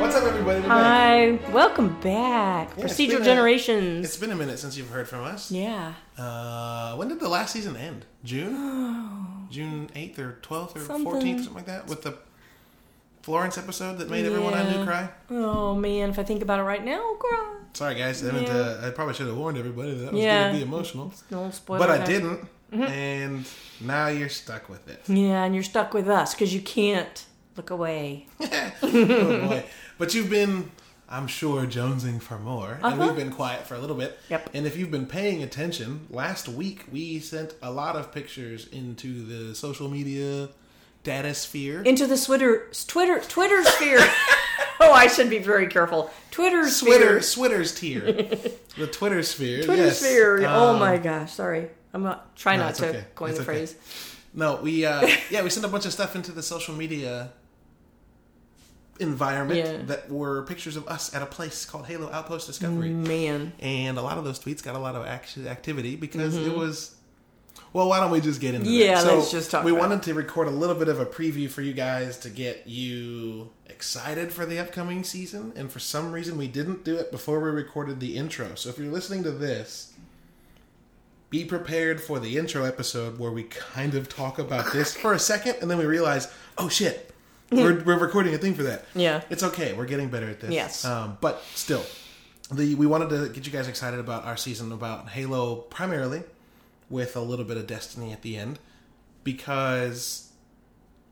What's up, everybody? Today? Hi, welcome back. Yeah, it's been Procedural a- Generations. It's been a minute since you've heard from us. yeah, Uh, when did the last season end? June? June 8th or 12th or Something. 14th, something like that, with the Florence episode that made everyone I knew Yeah. cry. Oh man, if I think about it right now, I'll cry. Sorry, guys. I, meant Yeah. to, I probably should have warned everybody that, that was Yeah. going to be emotional. No spoiler. But I alert. didn't, Mm-hmm. and now you're stuck with it. Yeah, and you're stuck with us because you can't look away. oh boy. But you've been, I'm sure, jonesing for more. And Uh-huh. we've been quiet for a little bit. Yep. And if you've been paying attention, last week we sent a lot of pictures into the social media data sphere. Into the Twitter, Twitter, Twitter sphere. oh, I should be very careful. Twitter Twitter, sphere. Twitter's tier. the Twitter sphere. Twitter yes. sphere. oh Um, my gosh, sorry. I'm not try No, not it's to okay. coin It's the okay. phrase. No, we uh, yeah, we sent a bunch of stuff into the social media environment Yeah. that were pictures of us at a place called Halo Outpost Discovery. Man, and a lot of those tweets got a lot of action activity because it was well why don't we just get into Mm-hmm. Yeah, that? So let's just talk we about wanted to record a little bit of a preview for you guys to get you excited for the upcoming season and for some reason we didn't do it before we recorded the intro so if you're listening to this be prepared for the intro episode where we kind of talk about this for a second and then we realize oh shit we're, we're recording a thing for that Yeah. it's okay we're getting better at this Yes. um, but still the we wanted to get you guys excited about our season about Halo primarily, with a little bit of Destiny at the end, because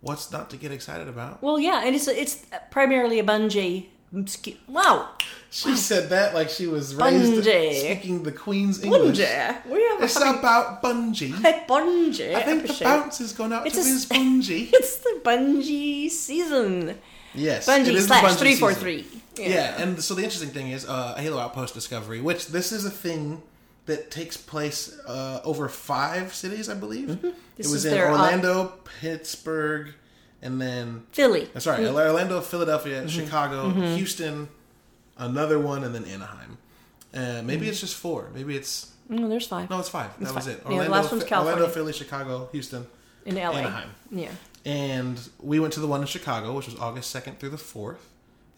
what's not to get excited about? Well, yeah, and it's it's primarily a bungee. sca- Wow, She said that like she was raised Bungie. speaking the Queen's English. bungee. We have a It's fucking about bungee. bungee. I think the bounce is going out It's to a be s- spongy. It's the bungee season. yes, it Bungee is the slash Bungie three four season. three. Yeah, and so the interesting thing is uh, Halo Outpost Discovery, which this is a thing that takes place uh, over five cities, I believe. It Mm-hmm. This was is in their, uh, Orlando, Pittsburgh, and then Philly. I'm sorry, Orlando, Philadelphia, Mm-hmm. Chicago, Houston, another one, and then Anaheim. Uh, maybe it's just four. Maybe it's No, Mm, there's five no, it's five. that was Mm-hmm. five. it. Yeah, the last one's Fi- California. Orlando, Philly, Chicago, Houston, in LA. Anaheim Yeah. and we went to the one in Chicago, which was August 2nd through the 4th.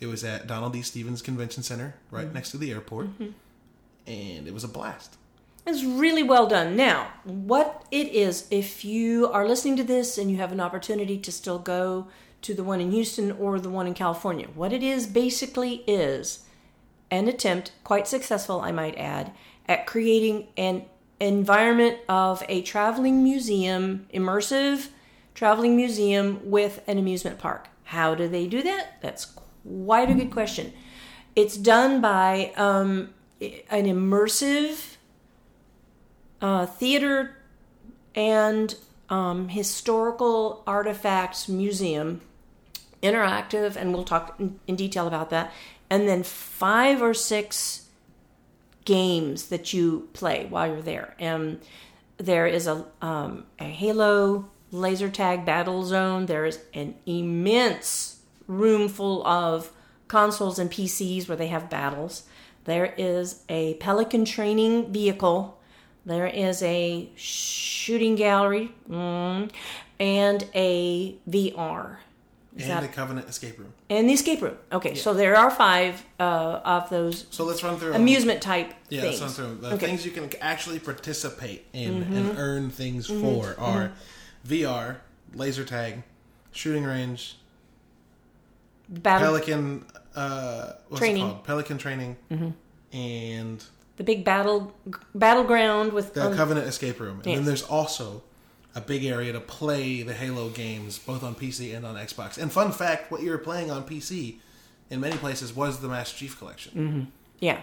It was at Donald D. Stevens Convention Center, right Mm-hmm. next to the airport. And it was a blast. It's really well done. Now, what it is, if you are listening to this and you have an opportunity to still go to the one in Houston or the one in California, what it is basically is an attempt, quite successful, I might add, at creating an environment of a traveling museum, immersive traveling museum with an amusement park. How do they do that? That's quite a good question. It's done by um, i- an immersive uh, theater and um, historical artifacts museum interactive and we'll talk in, in detail about that and then five or six games that you play while you're there and there is a, um, a um, halo laser tag battle zone. There is an immense room full of consoles and PCs where they have battles. There is a pelican training vehicle. There is a shooting gallery mm, and a VR. Is and that- a Covenant escape room. and the escape room. Okay, so there are five uh, of those So let's run through 'em. amusement type Yeah, things. let's run through 'em. The Okay. Mm-hmm. things you can actually participate in and earn things for are VR, laser tag, shooting range, Battle, Pelican uh, what's Training. Mm-hmm. It called? Pelican training, and the big battle battleground with the um, Covenant escape room. And yes. then there's also a big area to play the Halo games, both on PC and on Xbox. And fun fact: what you were playing on PC, in many places, was the Master Chief Collection. Mm-hmm. yeah,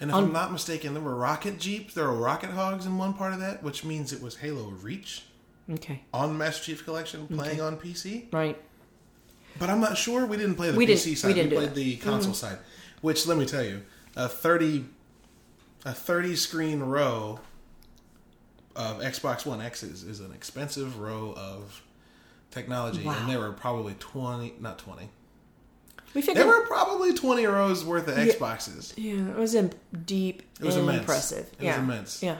And if I'm Um, not mistaken, there were rocket jeeps, there were rocket hogs in one part of that, which means it was Halo Reach okay, on Master Chief Collection playing on PC. right. But I'm not sure. We didn't play the We didn't- PC we side. didn't do Mm-hmm. played that. the console side, which let me tell you, a thirty, a thirty screen row of Xbox One X's is an expensive row of technology, Wow. and there were probably twenty, not twenty. We figured There were probably twenty rows worth of Xboxes. yeah, it was in deep It was and immense. impressive. It yeah. was immense. Yeah.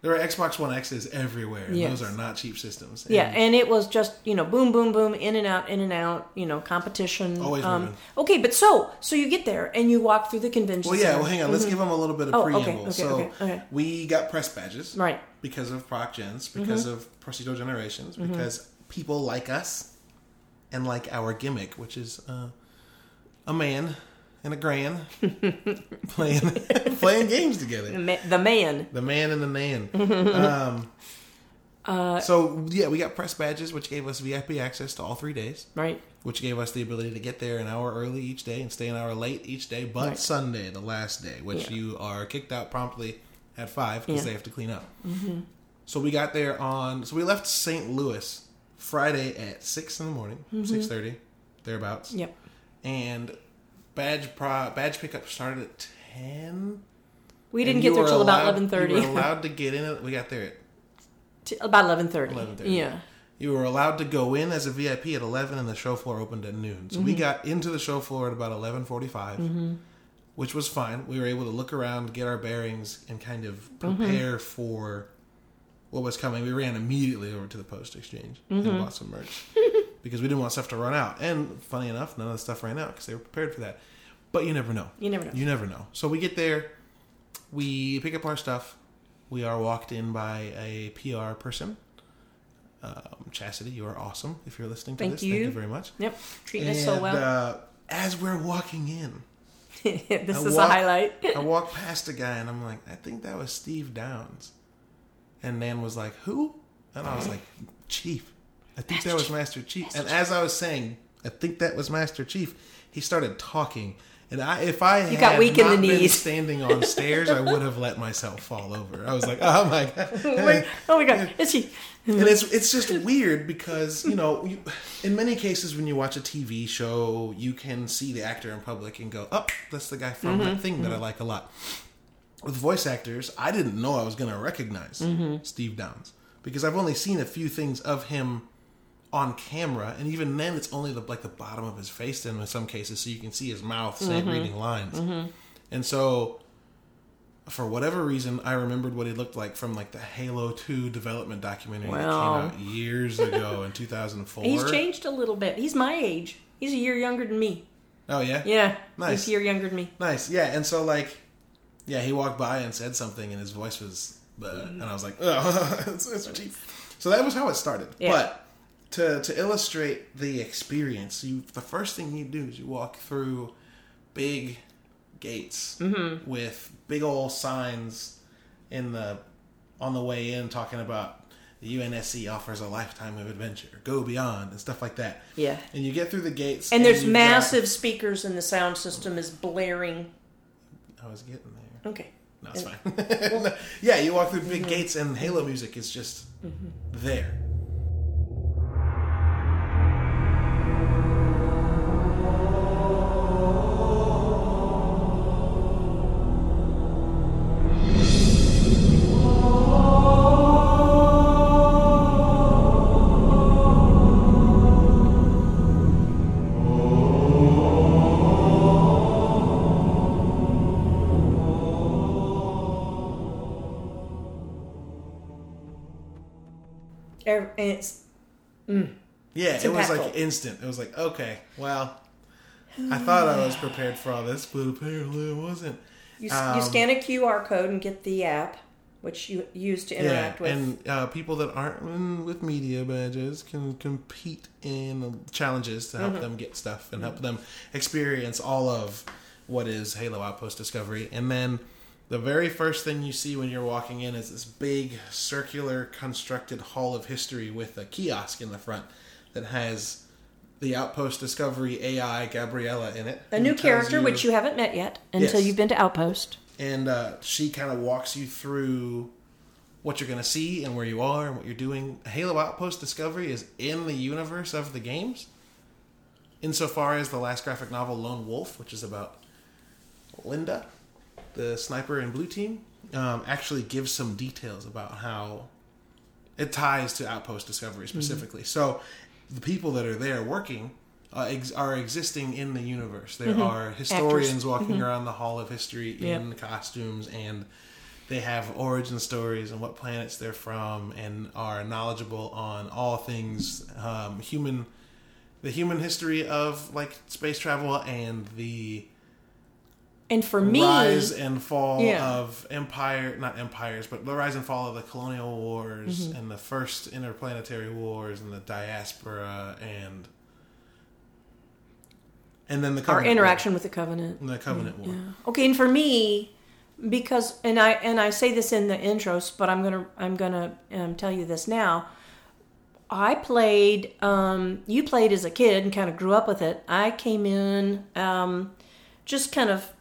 There are Xbox One X's everywhere. and Yes. Those are not cheap systems. And Yeah, and it was just you know boom, boom, boom, in and out, in and out. You know, competition. um, Always moving. okay, but so so you get there and you walk through the convention. Well, yeah. center. Well, hang on. Let's give them a little bit of Oh, okay, preamble. okay, so okay, okay. we got press badges, Right. Because of Proc Gens, because of procedural generations, because people like us and like our gimmick, which is uh, a man and a gran playing playing games The together. ma- the man. The man and the nan. um, so yeah, we got press badges, which gave us VIP access to all three days. Right. which gave us the ability to get there an hour early each day and stay an hour late each day, but Right. Sunday, the last day, which Yeah. you are kicked out promptly at five because Yeah. they have to clean up. Mm-hmm. So we got there on. So we left St. Louis Friday at six in the morning, Mm-hmm. six thirty, thereabouts, Yep. and badge pro badge pickup started at ten. We didn't get there till about eleven You were thirty. allowed to get in. At, we got there at About eleven thirty. 11:30. Yeah. You were allowed to go in as a VIP at 11 and the show floor opened at noon. So we got into the show floor at about 11:45, which was fine. We were able to look around, get our bearings and kind of prepare for what was coming. We ran immediately over to the post exchange and bought some merch because we didn't want stuff to run out. And funny enough, none of the stuff ran out because they were prepared for that. But you never know. You never know. You never know. So we get there, we pick up our stuff. We are walked in by a PR person. Um, Chastity, you are awesome. If you're listening to Thank this, you. thank you very much. Yep. Treating us so And, well. Uh, as we're walking in, this I is walk- a highlight. I walk past a guy and I'm like, I think that was Steve Downs. And Nan was like, Who? And I was like, Chief. I think that was Master Chief. and as I was saying, I think that was Master Chief, he started talking. And I, if I you had got weak in the not been knees. standing on stairs, I would have let myself fall over. I was like, oh my god! oh my god, it's she. and it's it's just weird because you know you, in many cases when you watch a TV show you can see the actor in public and go oh that's the guy from Mm-hmm. that thing that I like a lot with voice actors I didn't know I was going to recognize Steve Downs because I've only seen a few things of him on camera and even then it's only the like the bottom of his face then in some cases so you can see his mouth saying Mm-hmm. reading lines and so for whatever reason, I remembered what he looked like from like the Halo Two development documentary Wow. that came out years ago in 2004. He's changed a little bit. He's my age. He's a year younger than me. Oh yeah, Yeah. Nice. He's a year younger than me. nice, yeah. And so like, yeah, he walked by and said something, and his voice was, "Bleh," and I was like, oh, it's, it's cheap. So that was how it started. Yeah. But to to illustrate the experience, you the first thing you do is you walk through big gates Mm-hmm. with big old signs in the on the way in talking about the UNSC offers a lifetime of adventure, go beyond, and stuff like that. Yeah. And you get through the gates, And there's you've got- massive speakers, and the sound system is blaring. I was getting there. Okay. No, it's fine. No, yeah, you walk through big gates, and Halo music is just there. Er, and it's Yeah, It's it was like impactful. instant. It was like, okay, well, I thought I was prepared for all this, but apparently I wasn't. you, s Um, you scan a QR code and get the app, which you use to Yeah, interact with. and uh, people that aren't in with media badges can compete in challenges to help Mm-hmm. them get stuff and help them experience all of what is Halo Outpost Discovery. And then the very first thing you see when you're walking in is this big circular constructed hall of history with a kiosk in the front that has the Outpost Discovery AI Gabriella in it. a new character, which you haven't met yet until Yes. you've been to Outpost. and uh, she kind of walks you through what you're going to see and where you are and what you're doing. Halo Outpost Discovery is in the universe of the games, insofar as the last graphic novel Lone Wolf, which is about Linda, the sniper in Blue Team, um, actually gives some details about how it ties to Outpost Discovery specifically. So the people that are there working. Uh, ex- are existing in the universe. There are historians walking around the Hall of History Mm-hmm. Yep. in costumes, and they have origin stories and what planets they're from, and are knowledgeable on all things um, human, the human history of like space travel and the And for me, rise and fall Yeah. of empire not empires but the rise and fall of the colonial Mm-hmm. wars and the first interplanetary wars and the diaspora and and then the our covenant War. interaction Mm-hmm. with the Covenant. And the covenant war Okay, and for me, because and I and I say this in the intros, but I'm gonna I'm gonna um, tell you this now. I played. Um, you played as a kid and kind of grew up with it. I came in, um, just kind of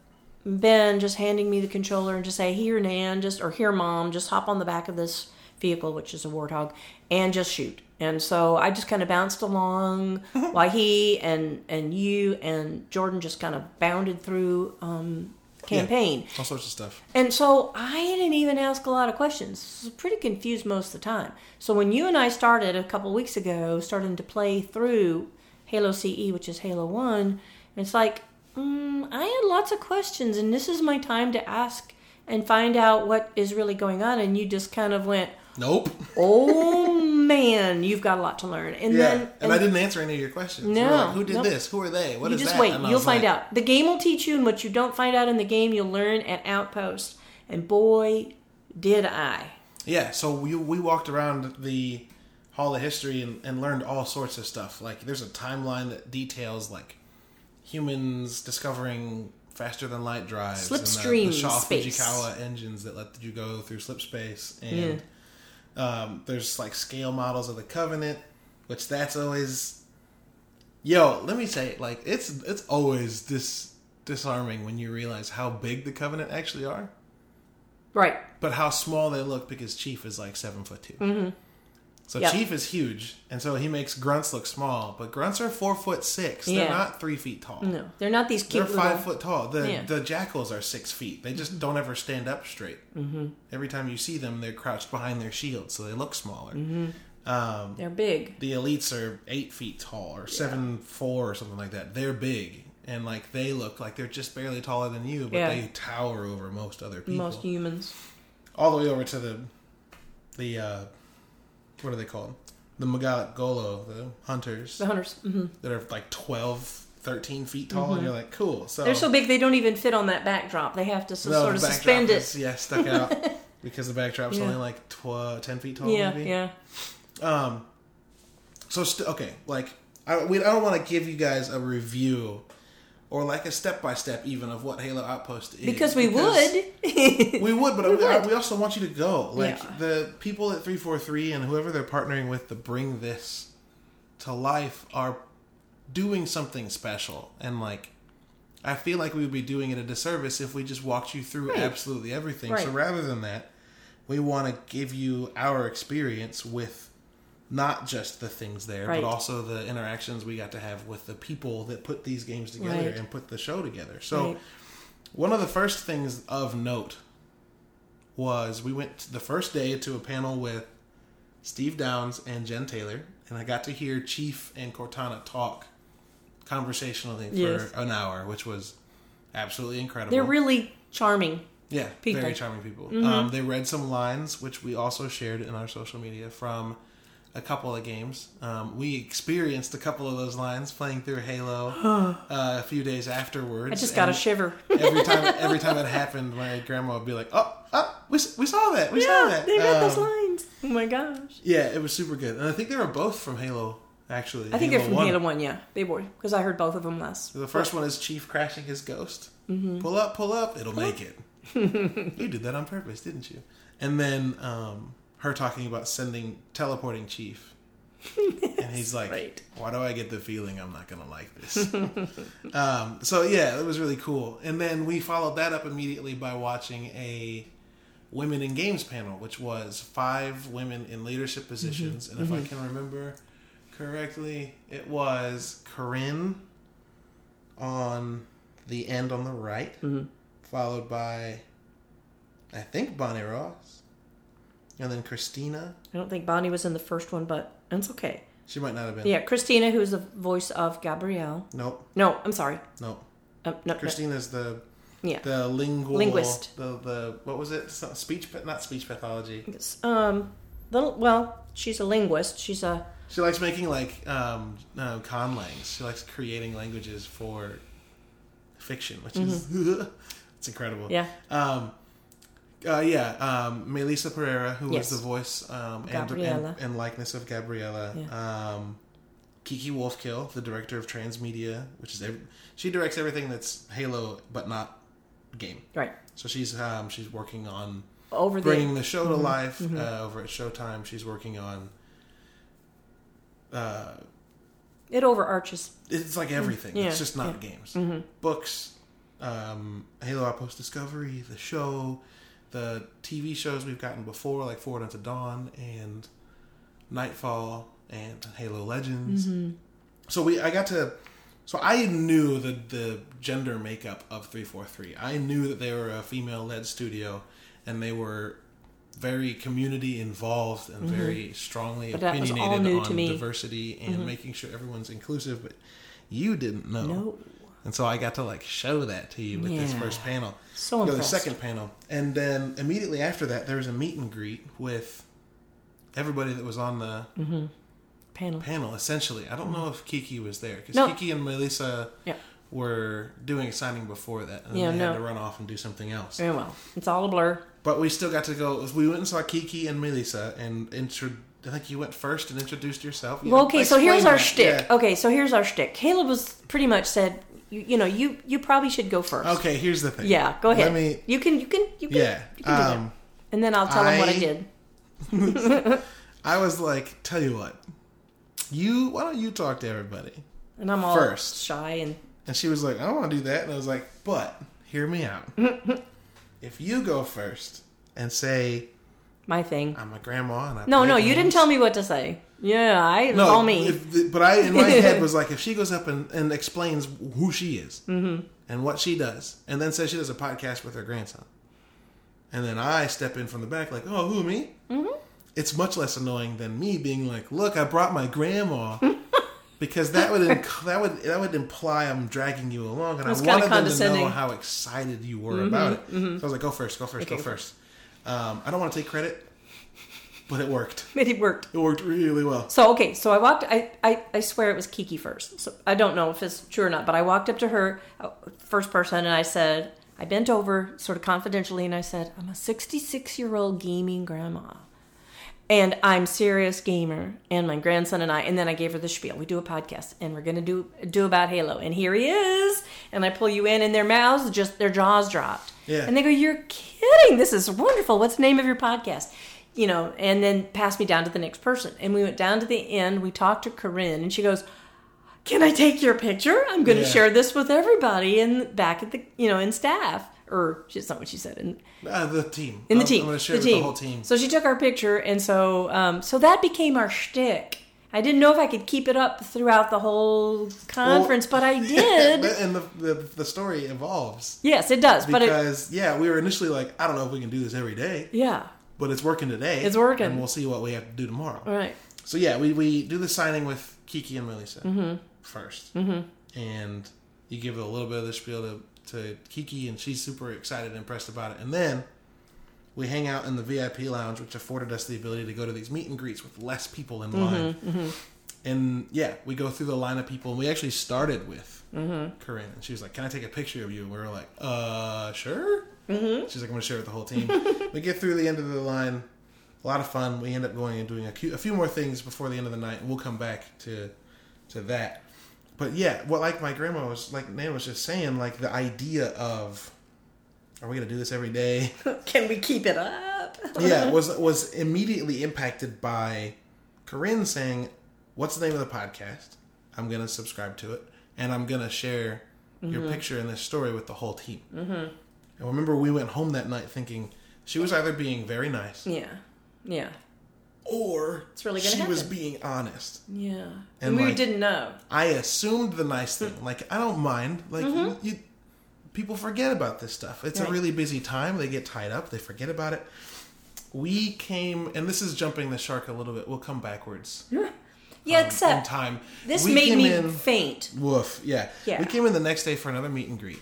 Ben just handing me the controller and just say, "Here, Nan, just or here, Mom, just hop on the back of this vehicle, which is a warthog, and just shoot." And so I just kind of bounced along while he and and you and Jordan just kind of bounded through um, campaign. all sorts of stuff And so I didn't even ask a lot of questions. I was pretty confused most of the time. So when you and I started a couple weeks ago, starting to play through Halo CE, which is Halo 1, and it's like, mm, I had lots of questions, and this is my time to ask and find out what is really going on. And you just kind of went, nope oh man, you've got a lot to learn. And yeah then. and, i didn't answer any of your questions You were No, like, who did nope. this who are they What you is just that wait And I you'll was find like, out the game will teach you and what you don't find out in the game you'll learn at outpost and boy did i Yeah, so we we walked around the Hall of History and, and learned all sorts of stuff. Like there's a timeline that details like humans discovering faster than light drives, Slipstream and the, the Shaw space. Fujikawa engines that let you go through slip space, and um, there's like scale models of the Covenant, which that's always. Yo, let me say, it, like it's it's always dis disarming when you realize how big the Covenant actually are right but how small they look because Chief is like seven foot 2 So Mm-hmm. Yep. Chief is huge, and so he makes grunts look small. But grunts are four foot six. They're Yeah. not three feet tall. no they're not these They're cute little five foot tall. The Yeah. Mm-hmm. the jackals are six feet. They just don't ever stand up straight. Mm-hmm. Every time you see them, they're crouched behind their shield, so they look smaller. Mm-hmm. Um, they're big the elites are eight feet tall or seven four or something like that. They're big and like they look like they're just barely taller than you, but Yeah. they tower over most other people most humans all the way over to the the uh what are they called the Magalic Golo, the hunters the hunters hmm that are like 12 13 feet tall and you're like cool so Mm-hmm. they're so big they don't even fit on that backdrop they have to s- sort of the backdrop suspend it is, yeah stuck out because the backdrop's Yeah. only like tw- 10 feet tall yeah maybe yeah um so st- okay like I, we, I don't want to give you guys a review or like a step by step even of what Halo Outpost is because we would We would, but we, I, we also want you to go. Like Yeah. the people at 343 and whoever they're partnering with to bring this to life are doing something special. And like, I feel like we would be doing it a disservice if we just walked you through Right. absolutely everything. So Right. rather than that, we want to give you our experience with not just the things there, Right. but also the interactions we got to have with the people that put these games together Right. and put the show together. So. Right. One of the first things of note was we went the first day to a panel with Steve Downs and Jen Taylor, and I got to hear Chief and Cortana talk conversationally for Yes. an hour, which was absolutely incredible. they're really charming yeah, people. Mm-hmm. very charming people. Um, they read some lines, which we also shared in our social media from a couple of games. Um, we experienced a couple of those lines playing through Halo uh, a few days afterwards. I just got a and shiver. every time every time it happened, my grandma would be like, "Oh, oh, we, s- we saw that, we saw yeah, that." they read those Um, lines. Oh my gosh. yeah, it was super good, and I think they were both from Halo. Actually, I think they're from Halo 1, yeah. They were, because I heard both of them last. The first one is Chief crashing his ghost. Mm-hmm. Pull up, pull up, it'll make it. you did that on purpose, didn't you? And then um, her talking about sending teleporting Chief. and he's like, right. "Why do I get the feeling I'm not gonna like this?" um, so yeah, it was really cool. And then we followed that up immediately by watching a women in games panel, which was five women in leadership positions. And if I can remember correctly, it was Corinne on the end on the right, followed by I think Bonnie Ross, and then Christina. I don't think Bonnie was in the first one, but it's okay. She might not have been. Yeah, Christina, who is the voice of Gabrielle. Nope. No, I'm sorry. Nope. Um, no, no. Christina's the Yeah. the lingual Linguist. The the what was it? So- Speech, pa- not speech pathology. Um, the, well, she's a linguist. She's a She likes making like um, no, conlangs. She likes creating languages for fiction, which is it's incredible. Mm-hmm. yeah. Um, uh, yeah, um, Melissa Pereira, who Yes. was the voice um, and, Gabriella. and, and likeness of Gabriella. Um, Kiki Wolfkill, the director of Transmedia, which is ev- she directs everything that's Halo, but not game. Right. So she's um, she's working on Over bringing the the show to life Mm-hmm. uh, over at Showtime. She's working on. Uh, it overarches. it's like everything. Yeah, It's just not games. Books, um, Halo Outpost Discovery, the show, the TV shows we've gotten before, like Forward Unto Dawn and Nightfall and Halo Legends. Mm-hmm. So we, I got to. So I knew the the gender makeup of three four three. I knew that they were a female led studio, and they were very community involved and very strongly Mm-hmm. But that was all opinionated new on to me. Mm-hmm. diversity and making sure everyone's inclusive. But you didn't know, No, and so I got to like show that to you with this Yeah. first panel. so Go to the impressed. second panel, and then immediately after that, there was a meet and greet with everybody that was on the Mm. panel. panel essentially i don't know if kiki was there because No. kiki and melissa Yeah. were doing a signing before that and then Yeah, they no. had to run off and do something else Very well. It's all a blur. but we still got to go we went and saw kiki and melissa and intro i think you went first and introduced yourself You Well, okay, so here's explained our that. shtick. Yeah. Okay, so here's our shtick. Caleb was pretty much said, you, you know, you you probably should go first. okay here's the thing Yeah, go ahead. let me you can you can you can, yeah you can do that. um And then I'll tell him what I I- did. i was like tell you what you why don't you talk to everybody And I'm all first. shy and And she was like, I don't want to do that. And I was like, but hear me out. if you go first and say, my thing. I'm a grandma and I No, play no, you games," didn't tell me what to say. Yeah, I it was No, all me. if the- but I in my head was like, if she goes up and, and explains who she is Mm-hmm. and what she does, and then says she does a podcast with her grandson, and then I step in from the back like, oh, who me? Mm-hmm. It's much less annoying than me being like, look, I brought my grandma. Because that would inc- that would that would imply I'm dragging you along, and I That's kinda wanted them to know condescending. Mm-hmm, how excited you were about it. So I was like, "Go first, go first, go Okay. first. Um, I don't want to take credit, but it worked. But it worked. It worked really well. So okay, so I walked. I, I I swear it was Kiki first. So I don't know if it's true or not, but I walked up to her, uh, first person, and I said, I bent over, sort of confidentially, and I said, I'm a 66 year old gaming grandma, and I'm serious gamer, and my grandson and I. And then I gave her the spiel. We do a podcast, and we're gonna do do about Halo, and here he is. And I pull you in, and their mouths just their jaws dropped. Yeah. And they go, You're kidding. This is wonderful. What's the name of your podcast? You know, and then pass me down to the next person. And we went down to the end. We talked to Corinne, and she goes, Can I take your picture? I'm going to Yeah. share this with everybody in back at the, you know, in staff. Or that's not what she said. In, Uh, the team. in the I'm, team. I'm going to share the with team. the whole team. So she took our picture, and so um, so that became our shtick. I didn't know if I could keep it up throughout the whole conference, but I did. and the, the the story evolves yes, it does. But it, because yeah, we were initially like, I don't know if we can do this every day, yeah, but it's working today. It's working. and we'll see what we have to do tomorrow. all right. So yeah, we we do the signing with Kiki and Melissa 1st mm-hmm. and you give a little bit of the spiel to to Kiki, and she's super excited and impressed about it, and then we hang out in the VIP lounge, which afforded us the ability to go to these meet and greets with less people in line. And yeah, we go through the line of people, and we actually started with Corinne, and she was like, "Can I take a picture of you?" And we were like, "Uh, sure." She's like, "I'm gonna share it with the whole team." we get through the end of the line, a lot of fun. We end up going and doing a, cu- a few more things before the end of the night, and we'll come back to to that. But yeah, what like my grandma was like Nan was just saying, like the idea of are we gonna do this every day? Can we keep it up? yeah, was was immediately impacted by Corinne saying, "What's the name of the podcast? I'm gonna subscribe to it, and I'm gonna share your picture and this story with the whole team." Mm-hmm. And remember, we went home that night thinking she was either being very nice Yeah. Yeah. or It's really she gonna was happen. being honest. Yeah. And, And we like- didn't know. I assumed the nice Mm. thing, like I don't mind, like you. People forget about this stuff. It's Mm-hmm. Right. a really busy time. They get tied up. They forget about it. We came, and this is jumping the shark a little bit. We'll come backwards. Yeah, um, in except time. this We made came me in- faint. woof. Yeah. Yeah. we came in the next day for another meet and greet.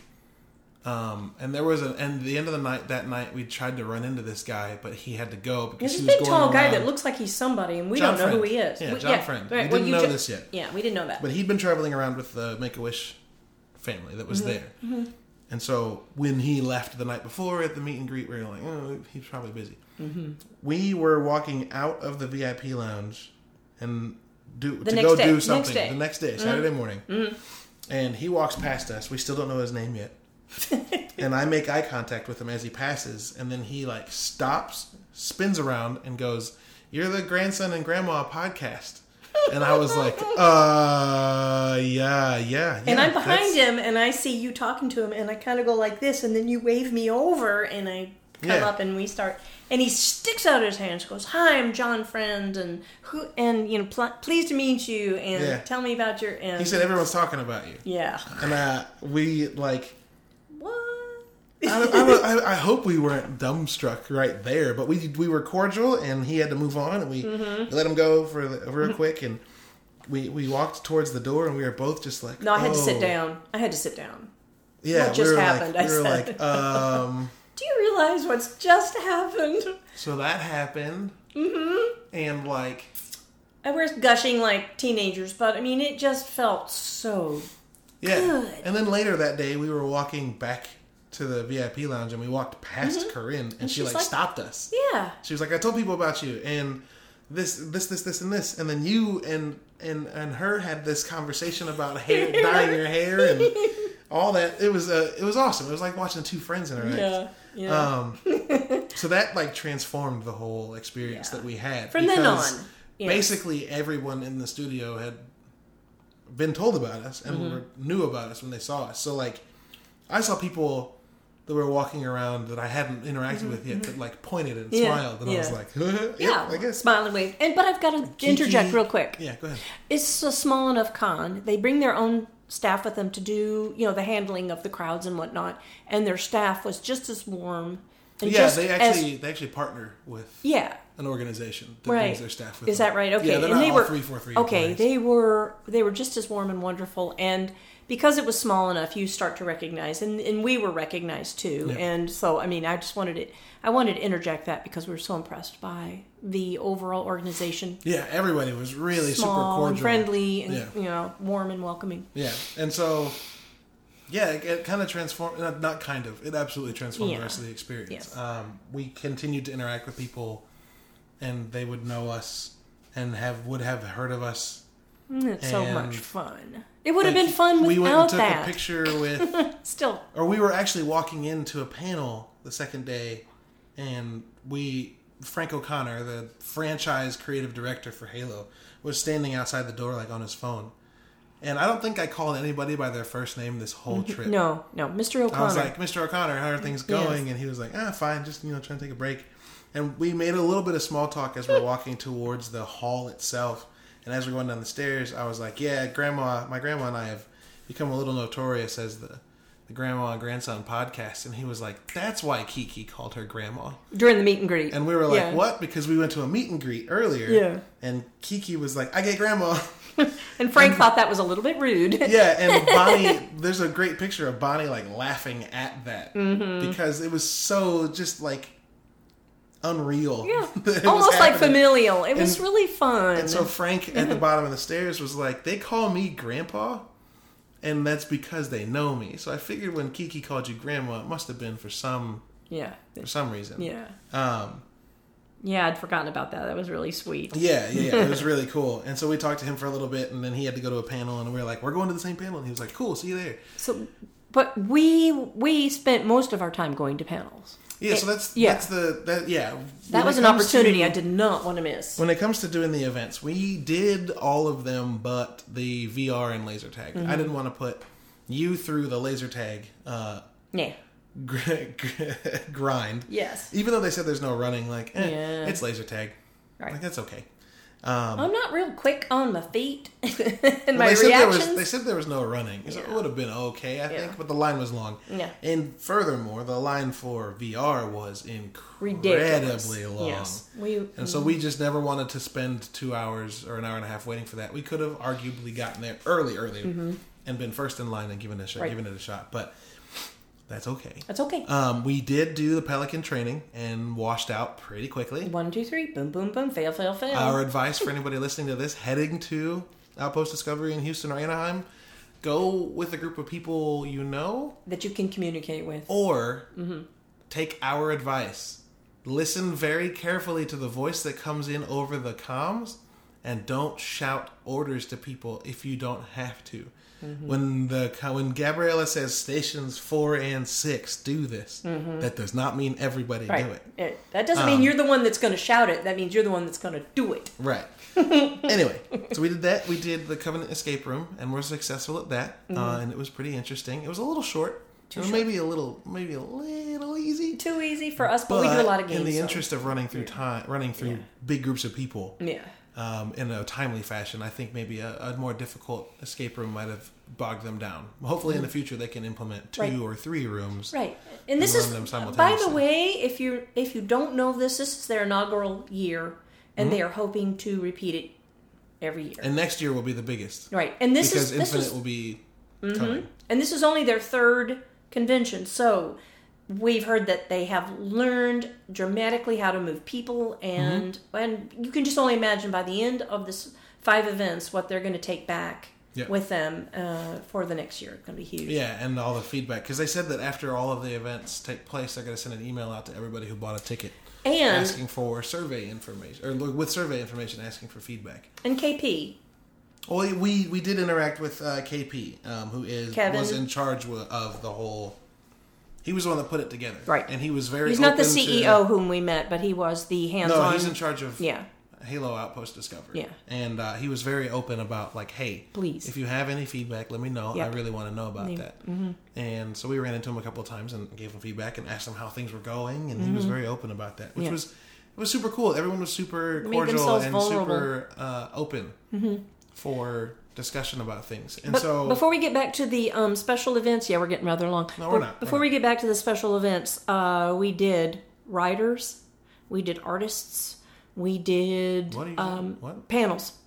Um, and there was a, and the end of the night that night we tried to run into this guy, but he had to go because There's he this was big going tall guy that around. looks like he's somebody, and we John don't know who Friend. he is. Yeah, We- John Friend. We didn't you know ju- this yet. Yeah, we didn't know that. But he'd been traveling around with the Make a Wish family that was Mm-hmm. there. And so when he left the night before at the meet and greet, we were like, oh, he's probably busy. Mm-hmm. We were walking out of the VIP lounge and do to next go day. do Next something day. Mm-hmm. the next day, Saturday morning. And he walks past us. We still don't know his name yet. and I make eye contact with him as he passes, and then he like stops, spins around, and goes, "You're the grandson and grandma podcast." And I was like, "Uh, yeah, yeah." yeah and I'm behind that's- him, and I see you talking to him, and I kind of go like this, and then you wave me over, and I come Yeah. up, and we start. And he sticks out his hands, goes, "Hi, I'm John Friend, and who, and you know, pl- pleased to meet you, and Yeah. tell me about your." And He said, "Everyone's talking about you," "Yeah, and uh, we like. what?" I, don't- I, don't- I, I hope we weren't dumbstruck right there, but we we were cordial, and he had to move on, and we, Mm-hmm. we let him go for the- real quick, and we we walked towards the door, and we were both just like, No, I had to sit "Oh." down. I had to sit down. Yeah, What just we were happened, Like, I we were said. like, um, Do you realize what's just happened? so that happened, mm-hmm. and like, I was gushing like teenagers, but I mean, it just felt so. yeah. Good. And then later that day, we were walking back to the VIP lounge, and we walked past Corinne, and, she Mm-hmm. she's like, like- stopped us. Yeah. She was like, "I told people about you, and this, this, this, this, and this, and then you and and and her had this conversation about hair, dyeing your hair, and all that. It was uh, it was awesome. It was like watching two friends interact. Yeah. Yeah. Um, so that like transformed the whole experience Yeah. that we had. From then because on, yes. basically everyone in the studio had been told about us and Mm-hmm. were, knew about us when they saw us. So like, I saw people that were walking around that I hadn't interacted with yet that like pointed and Mm-hmm, Yeah, smiled, and I was yeah. like, "Yep, yeah, I guess. smile and wave. And but I've got to interject real quick. Yeah, go ahead. It's a small enough con. They bring their own staff with them to do, you know, the handling of the crowds and whatnot. And their staff was just as warm. And yeah, just they as- actually they actually partner with yeah. an organization that Right. brings their staff with Is them. that right? Okay. Yeah, they're and not they all were three, four, three Okay, employees. they were they were just as warm and wonderful and because it was small enough you start to recognize and, and we were recognized too. Yeah. And so I mean I just wanted it I wanted to interject that because we were so impressed by the overall organization. Yeah, everybody was really super Small cordial, and friendly and Yeah. you know, warm and welcoming. Yeah, and so, yeah, it, it kind of transformed. Not, not kind of. It absolutely transformed Yeah. the rest of the experience. Yes. Um, we continued to interact with people, and they would know us and have would have heard of us. It's so And- much fun. It would have Like, been fun without We went and took a that. picture with, Still, or we were actually walking into a panel the second day, and we. Frank O'Connor, the franchise creative director for Halo, was standing outside the door like on his phone. And I don't think I called anybody by their first name this whole trip. no, no, Mr. I was O'Connor. like, Mr. O'Connor, how are things going? And he was like, ah, fine, just, you know, trying to take a break. And we made a little bit of small talk as we're walking towards the hall itself. And as we're going down the stairs, I was like, yeah, grandma, my grandma and I have become a little notorious as the, the grandma and grandson podcast. And he was like, that's why Kiki called her grandma. During the meet and greet, And we were like, Yeah. what? Because we went to a meet and greet earlier. Yeah. And Kiki was like, I get grandma. And Frank thought that was a little bit rude. Yeah, and Bonnie, there's a great Mm-hmm. picture of Bonnie like laughing at that because it was so just like unreal. Yeah. that it was Almost like happening. familial. It was And- really fun. And so Frank at the bottom of the stairs was like, "They call me Grandpa, and that's because they know me." So I figured when Kiki called you Grandma, it must have been for some yeah. for some reason. Yeah. Um, Yeah, I'd forgotten about that. That was really sweet. yeah, yeah, it was really cool. And so we talked to him for a little bit, and then he had to go to a panel, and we were like, "We're going to the same panel," and he was like, "Cool, see you there." So but we we spent most of our time going to panels. Yeah, It- so that's yeah. that's the that yeah. That When was it an comes opportunity to- I did not want to miss. When it comes to doing the events, we did all of them but the VR and laser tag. Mm-hmm. I didn't want to put you through the laser tag uh, Yeah. gr- gr- grind. Yes. Even though they said there's no running, like eh, Yeah. it's laser tag, Right. like that's okay. Um, I'm not real quick on my feet and my they said there was reactions. they said there was no running, so it Yeah. would have been okay, I Yeah. think. But the line was long. Yeah. And furthermore, the line for VR was incredibly Ridiculous. long. Yes. We, mm, And so we just never wanted to spend two hours or an hour and a half waiting for that. We could have arguably gotten there early, early, and been first in line and given it a shot, Right. given it a shot. But that's okay. that's okay. Um, we did do the pelican training and washed out pretty quickly. One, two, three. Boom, boom, boom. Fail, fail, fail. Our advice for anybody listening to this heading to Outpost Discovery in Houston or Anaheim, go with a group of people you know that you can communicate Oh, with. or take our advice. Listen very carefully to the voice that comes in over the comms and don't shout orders to people if you don't have to. When the co- when Gabriella says stations 4 and 6 do this, that does not mean everybody Right. do it. Um, Yeah. That doesn't mean you're the one that's going to shout it. That means you're the one that's going to do it. Right. anyway, so we did that. We did the Covenant escape room, and we're successful at that. Uh, and it was pretty interesting. It was a little short. It was maybe a little, maybe a little easy. Too easy for us, but, we do a lot of games. in the so- interest of running through time, running through big groups of people Yeah. um, in a timely fashion, I think maybe a, a more difficult escape room might have bogged them down. Hopefully, in the future, they can implement two Mm. Right. or three rooms. Right. And this run is uh, them by the simultaneously. way, if you if you don't know this, this is their inaugural year and they are hoping to repeat it every year. Mm-hmm. And next year will be the biggest right. And this because is this Infinite is Mm-hmm. will be coming. and this is only their third convention. So we've heard that they have learned dramatically how to move people and Mm-hmm. and you can just only imagine by the end of this five events what they're going to take back Yeah. with them uh, for the next year. It's going to be huge. Yeah, and all the feedback because they said that after all of the events take place, they're going to send an email out to everybody who bought a ticket And asking for survey information or look, with survey information asking for feedback. and KP Well, we we did interact with uh, KP, um, who is Kevin. was in charge wa- of the whole. He was the one that put it together, Right. And he was very. He's not the E open to- CEO whom we met, but he was the no, hands-on. he's in charge of yeah, Halo Outpost Discovery. Yeah. and uh, he was very open about like, hey, Please. if you have any feedback, let me know. Yep. I really want to know about Yeah. Mm-hmm. that. And so we ran into him a couple of times and gave him feedback and asked him how things were going, and he was very open about that, which Mm-hmm. Yeah. was it was super cool. Everyone was super Made cordial themselves and vulnerable. super Mm-hmm. uh, open for discussion about things, and but so before we get back to the um, special events, yeah, we're getting rather long. No, we're But not. We're Before we get back to the special events, uh, we did writers, we did artists, we did what are you um, what panels. R-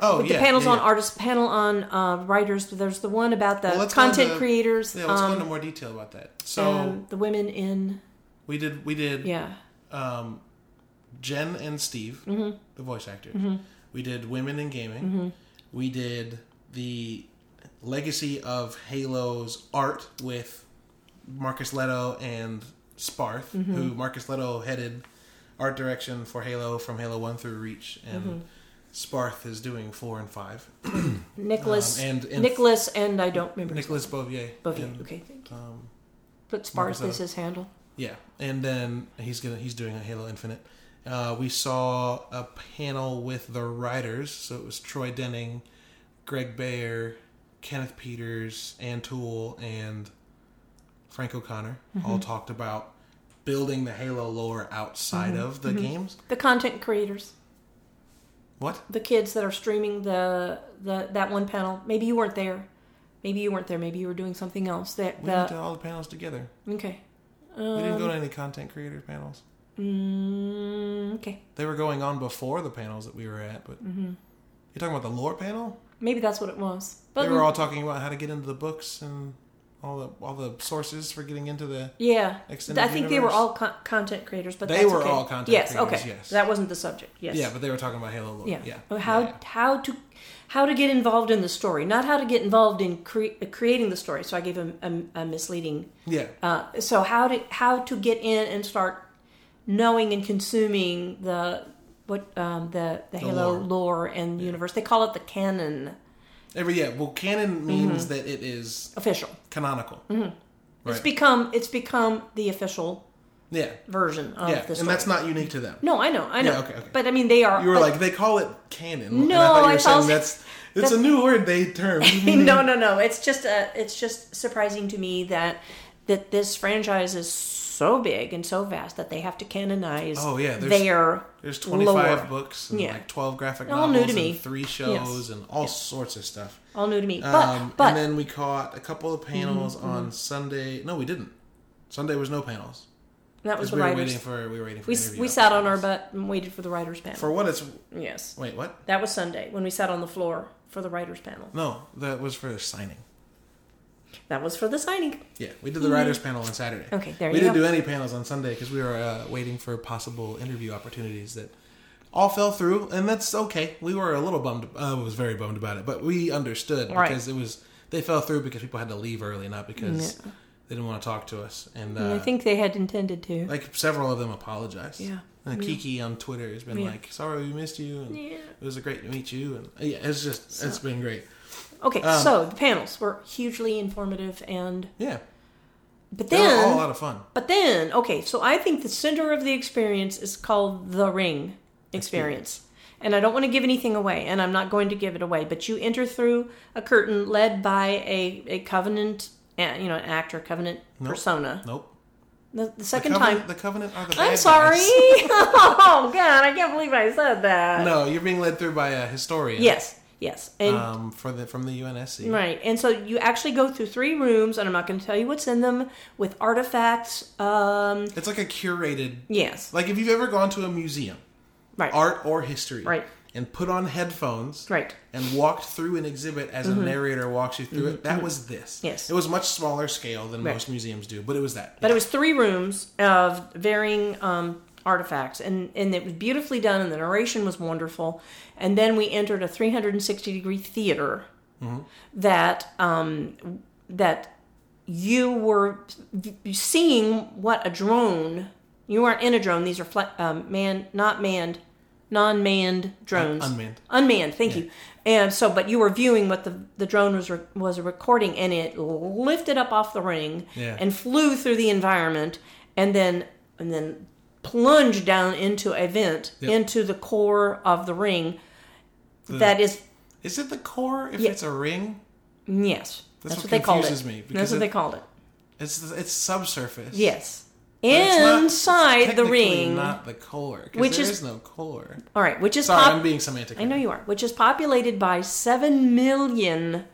Oh, with yeah, the panels yeah, on yeah. artists, panel on uh, writers. There's the one about the Well, let's go content into- creators, Yeah, let's um, go into more detail about that. So and the women in we did we did yeah, um, Jen and Steve, Mm-hmm. the voice actors. We did women in gaming. We did the legacy of Halo's art with Marcus Leto and Sparth, Mm-hmm. who Marcus Leto headed art direction for Halo from Halo One through Reach, and Mm-hmm. Sparth is doing four and five. Nicholas, Um, and- and- Nicholas, and I don't remember his Nicholas Bovier. Bovier. and, okay, thank you. um, But Sparth Marcus is his handle. Yeah, and then he's gonna he's doing a Halo Infinite. Uh, we saw a panel with the writers, so it was Troy Denning, Greg Bayer, Kenneth Peters, Ann Toole, and Frank O'Connor. All talked about building the Halo lore outside of the games. The content creators, What? the kids that are streaming the the that one panel. Maybe you weren't there. Maybe you weren't there. Maybe you were doing something else. That We went to the all the panels together. okay. We didn't go Um, to any content creator panels. mm, okay. They were going on before the panels that we were at, but you're talking about the lore panel. Maybe that's what it was. But they were all talking about how to get into the books and all the all the sources for getting into the Yeah. Extended I think they were universe? all con- content creators, but They that's were okay. all content yes, creators, Okay. yes. That wasn't the subject. Yes. yeah, but they were talking about Halo. Lore. yeah. yeah. But How Yeah. how to how to get involved in the story, not how to get involved in cre- creating the story. So I gave a, a, a misleading. Yeah. Uh, so how to how to get in and start knowing and consuming the what um, the the, Halo lore. lore, and universe. They call it the canon Every yeah. Well, Mm-hmm. canon means that it is official. canonical. It's Right. become it's become the official Yeah. version of Yeah, the story. and that's not unique to them. no, I know, I know. Yeah, okay, okay. But I mean, they are. You were but- like they call it canon. and No, I thought you were I saying thought- that's it's a new word they term. no, no, no. It's just uh it's just surprising to me that that this franchise is so big and so vast that they have to canonize. Oh, yeah, there's- their There's 25 lore. books and Yeah. like 12 graphic All new novels to me. and three shows and all sorts of stuff. all new to me. Um, But but Mm-hmm. and then we caught a couple of panels on Sunday. No, we didn't. Sunday was no panels. that 'Cause was the we were writers. waiting for we were waiting for we an s- interview we sat on our butt and waited for the writers panel. for what it's yes, wait what that was Sunday when we sat on the floor for the writers panel. no that was for signing. That was for the signing. Yeah, we did the writers panel on Saturday. Okay, Mm-hmm. Oh, there we you didn't go. do any panels on Sunday because we were uh, waiting for possible interview opportunities that all fell through, and that's okay. We were a little bummed. I was very bummed about it, but we understood Right. because it was they fell through because people had to leave early, not because they didn't want to talk to us. And, uh, And I think they had intended to. like several of them apologized. Yeah. and Kiki on Twitter has been Yeah. like, "Sorry, we missed you, and Yeah. it was great to meet you." And yeah, it's just it's been great. Okay, Um, so the panels were hugely informative and Yeah, but they then were all a lot of fun. But then, okay, so I think the center of the experience is called the ring experience. And I don't want to give anything away, and I'm not going to give it away, but you enter through a curtain led by a, a covenant, eh, you know, an actor, covenant Nope. persona. Nope. The, the second the covenant, time. the covenant are the bad I'm guys. sorry. oh, God, I can't believe I said that. No, you're being led through by a historian. Yes, yes. And Um, for the from the UNSC. Right. And so you actually go through three rooms, and I'm not going to tell you what's in them, with artifacts. Um, It's like a curated. yes. Like if you've ever gone to a museum, Right. art or history, Right. and put on headphones, Right. Mm-hmm. and walked through an exhibit as a narrator walks you through it. That was this. Yes. It was much smaller scale than Right. most museums do, but it was that. But it was three rooms of varying um, artifacts, and, and it was beautifully done, and the narration was wonderful. And then we entered a 360 degree theater that um, that you were seeing what a drone. You aren't in a drone. These are fla- um, man, not manned, non-manned drones. unmanned. Unmanned. Thank you. And so, but you were viewing what the the drone was re- was recording, and it lifted up off the ring Yeah. and flew through the environment, and then and then plunged down into a vent Yep. into the core of the ring. The- that is Is it the core? If Yeah. it's a ring, yes. That's, what what, they called confuses it. me, because That's what it- they called it. it's it's subsurface. Yes. It's not- Inside the technically ring. not the core, Which which is is- no core. All right, which is Sorry, pop- I'm being semantic. I know you are, which is populated by 7 million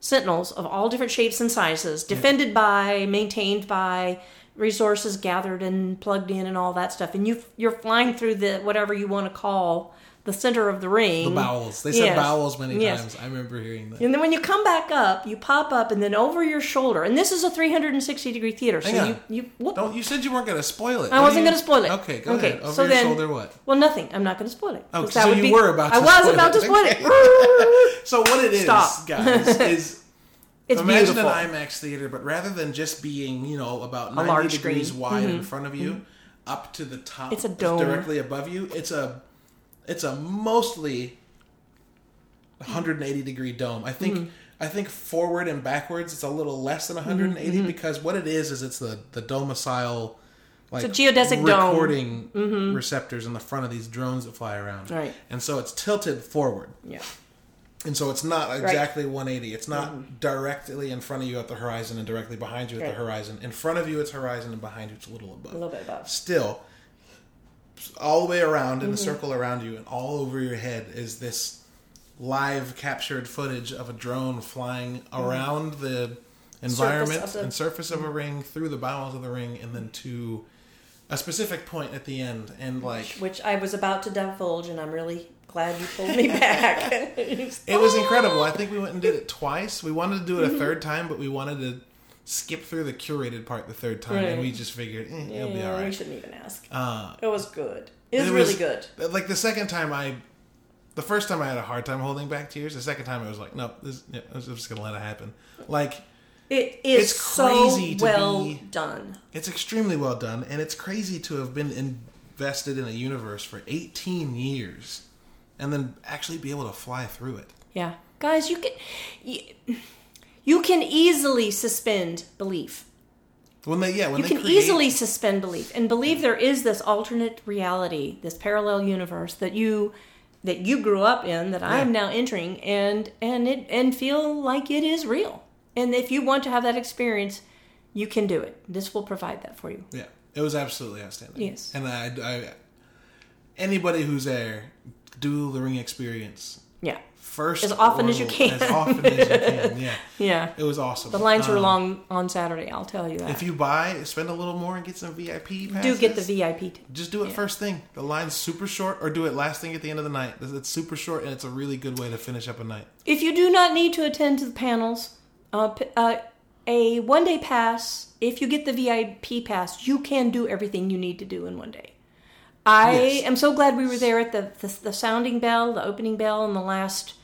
sentinels of all different shapes and sizes, defended by, maintained by, resources gathered and plugged in and all that stuff. And you you're flying through the whatever you want to call the center of the ring. The bowels. They said Yes. bowels many Yes. times. I remember hearing that. And then when you come back up, you pop up and then over your shoulder. And this is a 360 degree theater. So Hang on. you you whoop, Don't you said you weren't going to spoil it? What I do wasn't you- gonna spoil it. Okay, go Okay, ahead. Over so your then- shoulder, what? well nothing. I'm not going to spoil it. Oh, 'Cause so you were about I to was spoil about it. to spoil Okay. it. So what it is, Stop. guys, is it's imagine beautiful. an IMAX theater, but rather than just being you know about ninety large degrees screen. Mm-hmm. wide in front of you, up to the top, It's a dome. directly above you. It's a it's a mostly 180 degree dome. I Mm-hmm. think I think forward and backwards it's a little less than 180 Mm-hmm. because what it is is it's the the domicile like It's a geodesic dome. Mm-hmm. recording receptors in the front of these drones that fly around. Right. And so it's tilted forward. yeah. And so it's not exactly 180. It's not directly in front of you at the horizon and directly behind you at Mm-hmm. Right. the horizon. In front of you it's horizon and behind you it's a little above. A little bit above. Mm-hmm. Still all the way around in a circle around you and all over your head is this live captured footage of a drone flying around the environment Mm-hmm. of the- Mm-hmm. and surface of a ring through the bowels of the ring and then to a specific point at the end and like which I was about to divulge, and I'm really glad you pulled me back. Mm-hmm. It was incredible. I think we went and did it twice. We wanted to do it a third time, but we wanted to skip through the curated part the third time, Right. and we just figured eh, it'll be all we right. shouldn't even ask. Uh, It was good. It was It really was- good. like the second time, I, the first time I had a hard time holding back tears. The second time, I was like, nope, this, yeah, I'm just gonna let it happen. Like It is It's so crazy to well be- done. it's extremely well done, and it's crazy to have been invested in a universe for 18 years, and then actually be able to fly through it. Yeah, guys, you can you, you can easily suspend belief. When they yeah, when You they can create- easily suspend belief and believe there is this alternate reality, this parallel universe that you that you grew up in that I am now entering and and it and feel like it is real. And if you want to have that experience, you can do it. This will provide that for you. Yeah, it was absolutely outstanding. Yes. and I, I anybody who's there, do the ring experience Yeah. first As often as you or can. As often as you can, yeah. Yeah. It was awesome. The lines were Um, long on Saturday, I'll tell you that. If you buy, spend a little more and get some VIP passes. do get the VIP. t- Just do it first thing. The line's super short, or do it last thing at the end of the night. It's- It's super short, and it's a really good way to finish up a night. If you do not need to attend to the panels, uh, p- uh, a one day pass, if you get the VIP pass, you can do everything you need to do in one day. I Yes. am so glad we were there at the, the, the sounding bell, the opening bell, and the last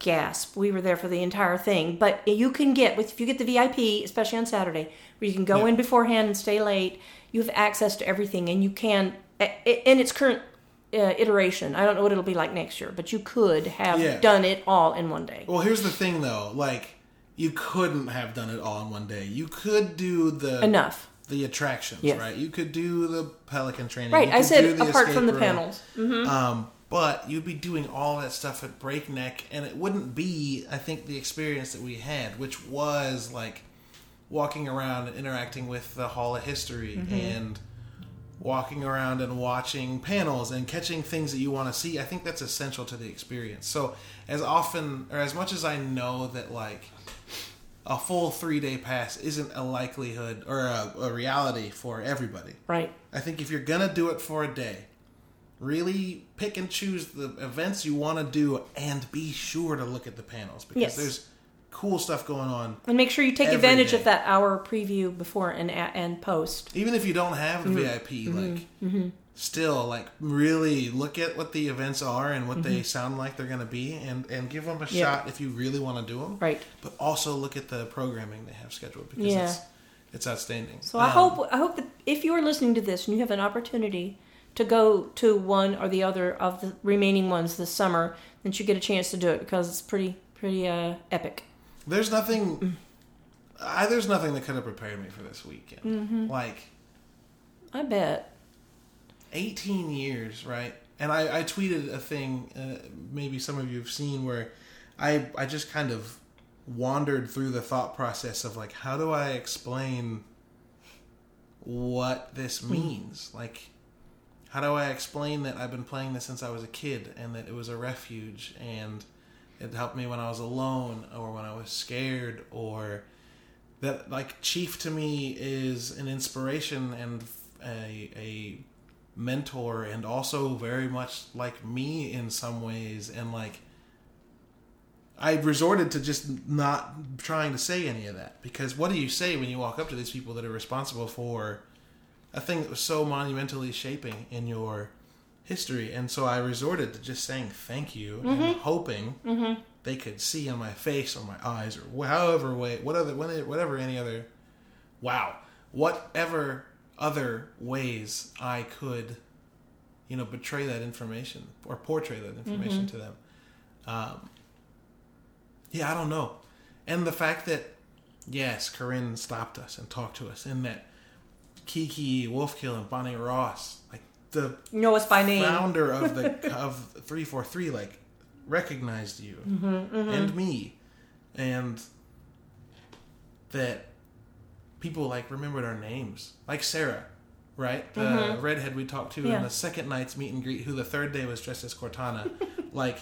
gasp. We were there for the entire thing. But you can get, with if you get the VIP, especially on Saturday, where you can go Yeah. in beforehand and stay late, you have access to everything, and you can, i- i- in its current uh, iteration, I don't know what it'll be like next year, but you could have Yeah. done it all in one day. Well, here's the thing, though. Like, you couldn't have done it all in one day. You could do the Enough. the attractions, Yes. right? You could do the pelican training. Right, You I could said do the apart from escape the room. panels. Um, but you'd be doing all that stuff at breakneck, and it wouldn't be, I think, the experience that we had, which was like walking around and interacting with the Hall of History and walking around and watching panels and catching things that you want to see. I think that's essential to the experience. So, as often or as much as I know that, like, a full three day pass isn't a likelihood or a, a reality for everybody. Right. I think if you're gonna do it for a day, really pick and choose the events you want to do, and be sure to look at the panels because Yes. there's cool stuff going on. And make sure you take Every advantage day. of that hour preview before and a- and post. Even if you don't have Mm-hmm. the VIP, like still like really look at what the events are and what they sound like they're gonna be, and and give them a Mm-hmm. Yeah. shot if you really want to do them. Right. But also look at the programming they have scheduled because Yeah. it's it's outstanding. So I Um, hope I hope that if you are listening to this and you have an opportunity to go to one or the other of the remaining ones this summer, that you get a chance to do it because it's pretty pretty uh, epic. There's Mm. nothing. I, there's nothing that could have prepared me for this weekend. Mm-hmm. Like I bet. 18 years, right? And I, I tweeted a thing. Uh, maybe some of you have seen where I I just kind of wandered through the thought process of like, how do I explain what this means? Like, how do I explain that I've been playing this since I was a kid and that it was a refuge and it helped me when I was alone or when I was scared or that like Chief to me is an inspiration and a a mentor and also very much like me in some ways and like I resorted to just not trying to say any of that because what do you say when you walk up to these people that are responsible for a thing that was so monumentally shaping in your history and so I resorted to just saying thank you and hoping they could see in my face or my eyes or however way whatever whatever any other wow whatever other ways i could you know betray that information or portray that information to them um, yeah i don't know and the fact that yes corinne stopped us and talked to us and that kiki wolfkill and bonnie ross like the You know us by name. founder of the of 343 like recognized you Mm-hmm, and me and that people like remembered our names like sarah right the redhead we talked to in Mm-hmm. Yeah. the second night's meet and greet who the third day was dressed as cortana like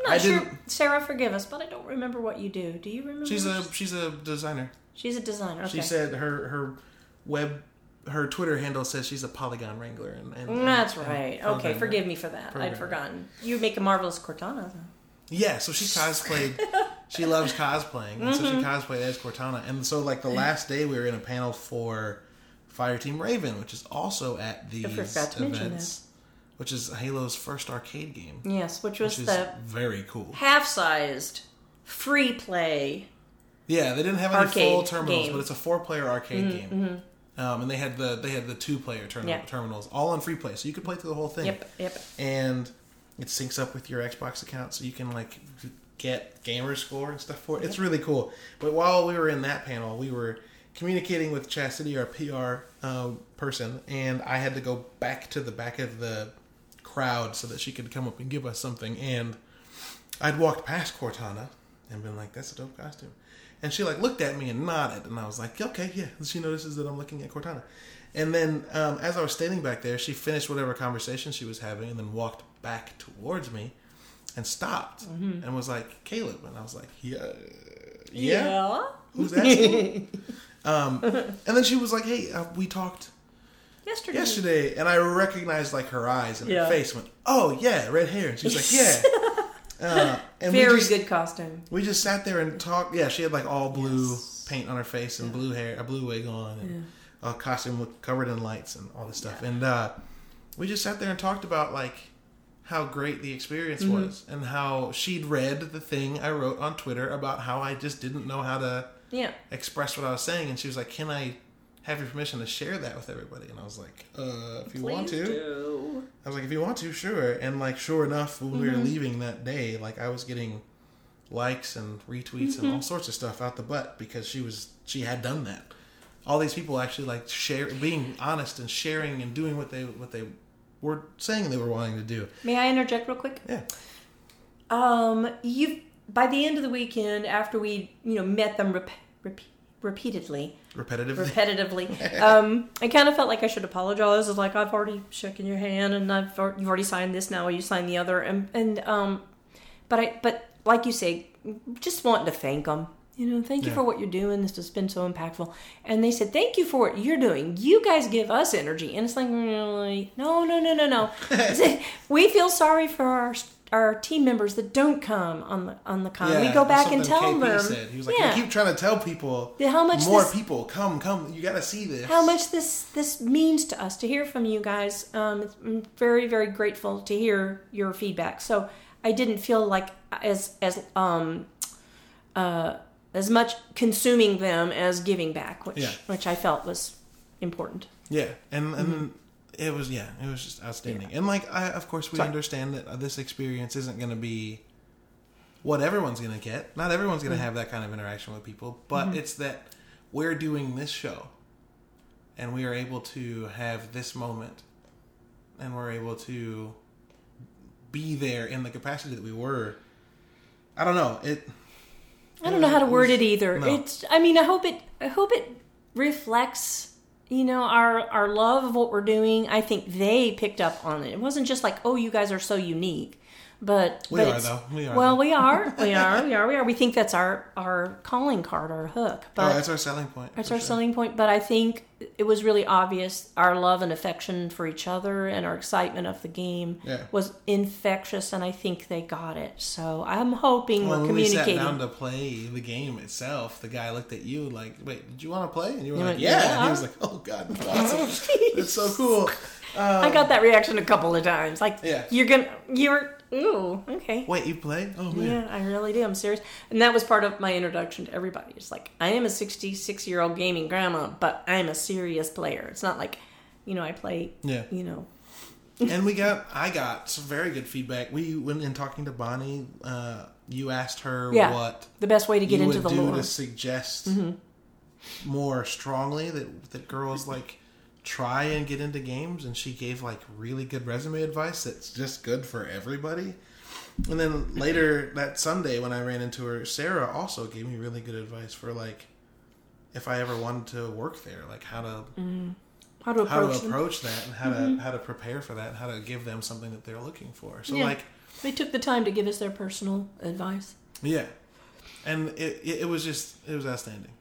I'm not I sure, didn't- Sarah. Forgive us, but I don't remember what you do. Do you remember? she's what a she's a designer you- she's a designer. Okay. she said her her web her twitter handle says she's a polygon wrangler and, and That's and- right. and Okay, programmer. forgive me for that. I'd Programmer. forgotten. You make a marvelous Cortana. though. Yeah, so she cosplayed she loves cosplaying, and so she Mm-hmm. cosplayed as Cortana. And so, like the last day, we were in a panel for Fireteam Raven, which is also at these forgot to mention events, which is Halo's first arcade game, Yes, which was which is the very cool. half-sized free play. Yeah, they didn't have any Arcade full terminals, game. Mm-hmm, but it's a four-player arcade game. Um, and they had the they had the two-player term- Yeah. terminals all on free play, so you could play through the whole thing. Yep, yep. and it syncs up with your Xbox account, so you can like get gamer score and stuff for it. It's really cool. But while we were in that panel, we were communicating with Chastity, our PR uh, person, and I had to go back to the back of the crowd so that she could come up and give us something. And I'd walked past Cortana and been like, "That's a dope costume," and she like looked at me and nodded, and I was like, "Okay, yeah." And she notices that I'm looking at Cortana, and then um, as I was standing back there, she finished whatever conversation she was having, and then walked back towards me, and stopped, Mm-hmm. and was like, "Caleb," and I was like, "Yeah, yeah." Who's that? um, and then she was like, "Hey, uh, we talked Yesterday. yesterday," and I recognized like her eyes and Yeah. her face. Went, "Oh yeah, red hair." And she was like, "Yeah." Uh, and we Very just, good costume. we just sat there and talked. Yeah, she had like all blue Yes. paint on her face and blue hair, a blue wig on, and a costume with- covered in lights and all this stuff. And uh, we just sat there and talked about like how great the experience Mm-hmm. was and how she'd read the thing I wrote on Twitter about how I just didn't know how to Yeah. express what I was saying, and she was like, "Can I have your permission to share that with everybody?" And I was like, "Uh, if you want to." do. I was like, "If you want to, sure." And like, sure enough, when we Mm-hmm. were leaving that day, like I was getting likes and retweets and Mm-hmm. all sorts of stuff out the butt because she was she had done that. All these people actually like share being honest and sharing and doing what they what they were saying they were wanting to do. May I interject real quick? Yeah. Um, you by the end of the weekend, after we you know met them rep- rep- repeatedly, Repetitive. repetitively, um, I kind of felt like I should apologize. It's like I've already shaken your hand, and I've al- you've already signed this. Now will you sign the other? And and um, but I but like you say, just wanting to thank them. You know, thank you Yeah. for what you're doing. This has been so impactful. And they said, thank you for what you're doing. You guys give us energy. And it's like, really? No, no, no, no, no. we feel sorry for our, our team members that don't come on the on the con. uh, we Yeah, go that's back and something tell KP them. Said. He was like, yeah. "I keep trying to tell people Yeah, how much more this- people come come. You got to see this. how much this this means to us to hear from you guys. Um, it's- I'm very very grateful to hear your feedback. So I didn't feel like as as um uh as much consuming them as giving back, which Yeah. which I felt was important. Yeah, and and Mm-hmm. it was yeah, it was just outstanding. And like, I of course we Sorry. understand that this experience isn't going to be what everyone's going to get. Not everyone's Mm-hmm. going to have that kind of interaction with people, but it's that we're doing this show, and we are able to have this moment, and we're able to be there in the capacity that we were. I don't know it. I don't know how to it word was- it either. no. It's I mean I hope it I hope it reflects you know our our love of what we're doing. I think they picked up on it. It wasn't just like oh you guys are so unique, but We but are it's- though. We are. Well, though. we are, we are, we are, we are. We think that's our our calling card, our hook, oh, but that's our selling point. that's for our sure. selling point. But I think it was really obvious our love and affection for each other and our excitement of the game Yeah. was infectious, and I think they got it. So I'm hoping Well, we're when we sat down communicating. to play the game itself, the guy looked at you like, "Wait, did you want to play?" And you were like, went, "Yeah." And "Yeah." he was like, "Oh God, that's awesome! it's so cool." I got that reaction a couple of times. Like Yeah. you're gonna, you're, ooh, okay. Wait, you played? Oh man, Yeah, I really do. I'm serious. And that was part of my introduction to everybody. It's like, I am a 66 year old gaming grandma, but I'm a serious player. It's not like, you know, I play, yeah. you know. and we got, I got some very good feedback. We went in talking to Bonnie. Uh, you asked her Yeah. what The best way to get you into would the do lore. Mm-hmm. to suggest more strongly that that girls like try and get into games, and she gave like really good resume advice that's just good for everybody. And then later that Sunday, when I ran into her, Sarah also gave me really good advice for like if I ever wanted to work there, like how to How to how approach, to them. Mm-hmm. approach that and how to how to prepare for that, and how to give them something that they're looking for. So Yeah. like They took the time to give us their personal advice. yeah, and it, it it was just it was outstanding.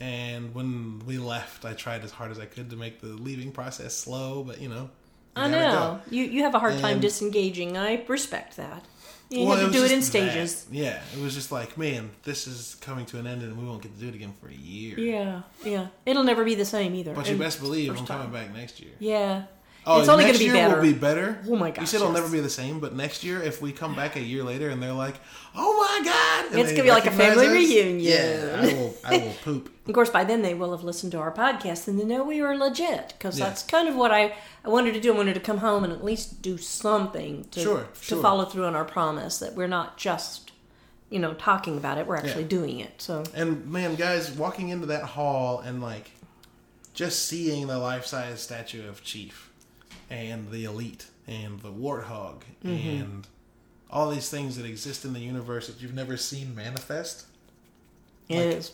And when we left, I tried as hard as I could to make the leaving process slow, but you know, you I gotta go. know. You, you have a hard time And- disengaging. I respect that. You Well, have to was do it just in that. stages. Yeah, it was just like, man, this is coming to an end, and we won't get to do it again for a year. Yeah, yeah. It'll never be the same either. But you And- best believe I'm first coming back next year. Yeah. Oh, it's only going next to be year better. will be better. Oh my You gosh, said it'll yes. never be the same, but next year, if we come back a year later and they're like, "Oh my god," and It's they gonna be like a recognize family us, reunion. Yeah, I will. I will poop. Of course, by then they will have listened to our podcast and they know we were legit because Yeah. that's kind of what I, I wanted to do. I wanted to come home and at least do something to, Sure, to sure. follow through on our promise that we're not just, you know, talking about it, we're actually Yeah. doing it. So, And man, guys, walking into that hall and like just seeing the life size statue of Chief and the Elite and the Warthog Mm-hmm. and all these things that exist in the universe that you've never seen manifest, it Like- is.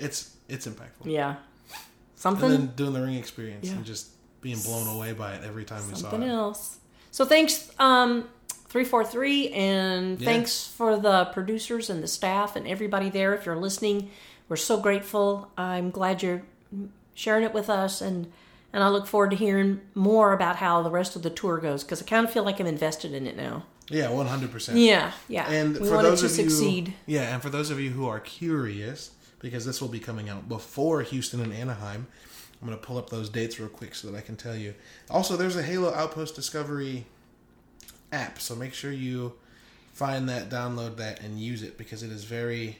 it's it's impactful. Yeah. And Something, then doing the ring experience Yeah. and just being blown away by it every time we saw something it. else. So, thanks, um, 343, and Yeah. thanks for the producers and the staff and everybody there. If you're listening, we're so grateful. I'm glad you're sharing it with us and and I look forward to hearing more about how the rest of the tour goes because I kind of feel like I'm invested in it now. Yeah, one hundred percent. Yeah, yeah. And we for want it those to of succeed. you, yeah, and for those of you who are curious, because this will be coming out before Houston and Anaheim, I'm going to pull up those dates real quick so that I can tell you. Also, there's a Halo Outpost Discovery app, so make sure you find that, download that, and use it because it is very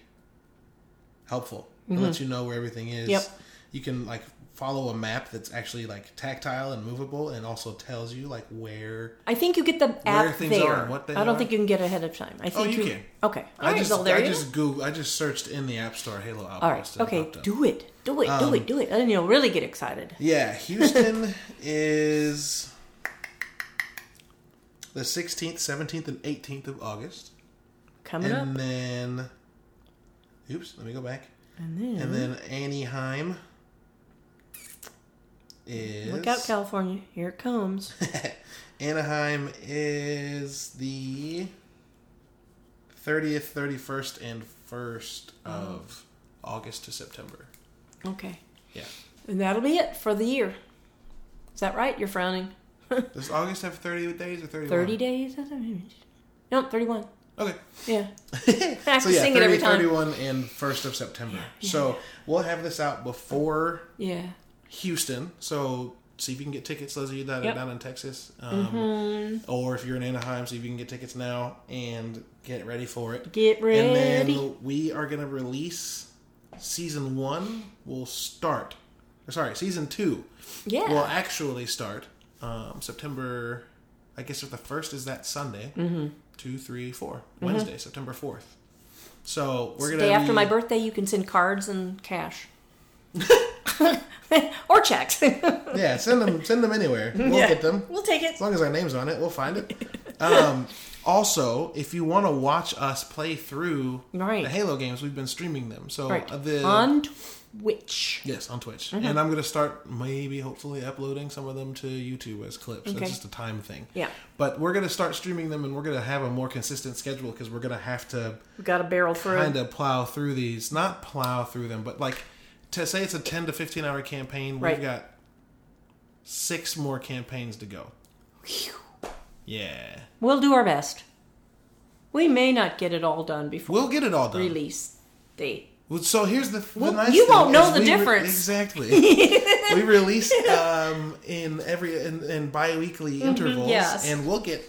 helpful. It lets you know where everything is. Mm-hmm. Yep. You can like follow a map that's actually like tactile and movable, and also tells you like where I think you get the app things there. are and what they I don't are. Oh, think you can get ahead of time. I think you can. Okay. All right. I just, well, there I you go. just Googled, I just searched in the App Store Halo Outpost. All right. and it Okay. popped up. Um, Do it. Do it. do it. Do it. And you'll really get excited. Yeah, Houston is the 16th, 17th, and 18th of August. Coming and up. then. Oops, let me go back. And then, And then Anaheim is. look out, California. Here it comes. Anaheim is the 30th, 31st, and 1st Mm. of August to September. okay. Yeah. And that'll be it for the year. Is that right? You're frowning. Does August have 30 days or 31? 30 days? I don't know. No, 31. Okay. Yeah. I have to sing it every time. 31 and 1st of September. So we'll have this out before Yeah. Houston. So see if you can get tickets, those of you that are Yep. Mm-hmm. down in Texas. Um, Or if you're in Anaheim, see if you can get tickets now and get ready for it. Get And ready. then we are going to release season one. We'll start. Sorry, season two yeah. will actually start um, September. I guess if the first is that Sunday, mm-hmm. two, three, four, Wednesday, September fourth. So we're It's gonna the day Mm-hmm. after be- my birthday, you can send cards and cash. or checks. we'll Yeah, send them, send them anywhere. We'll get them We'll take it. as long as our name's on it. We'll find it. Um, also, if you want to watch us play through Right. the Halo games, we've been streaming them. So Right. uh, the On Twitch. Yes, on Twitch. Mm-hmm. And I'm going to start maybe hopefully uploading some of them to YouTube as clips. Okay. That's just a time thing. Yeah. But we're going to start streaming them and we're going to have a more consistent schedule because we're going to have to We've got to barrel through. kind of plow through these. Not plow through them, but like to say it's a 10 to 15 hour campaign, Right. we've got six more campaigns to go. Phew. Yeah. We'll do our best. We may not get it all done before We'll get it all done. release date. Well, So here's the, the Well, nice you won't thing know is the we re- difference. exactly. we release um, in every in, in bi-weekly intervals, Mm-hmm, yes. and we'll get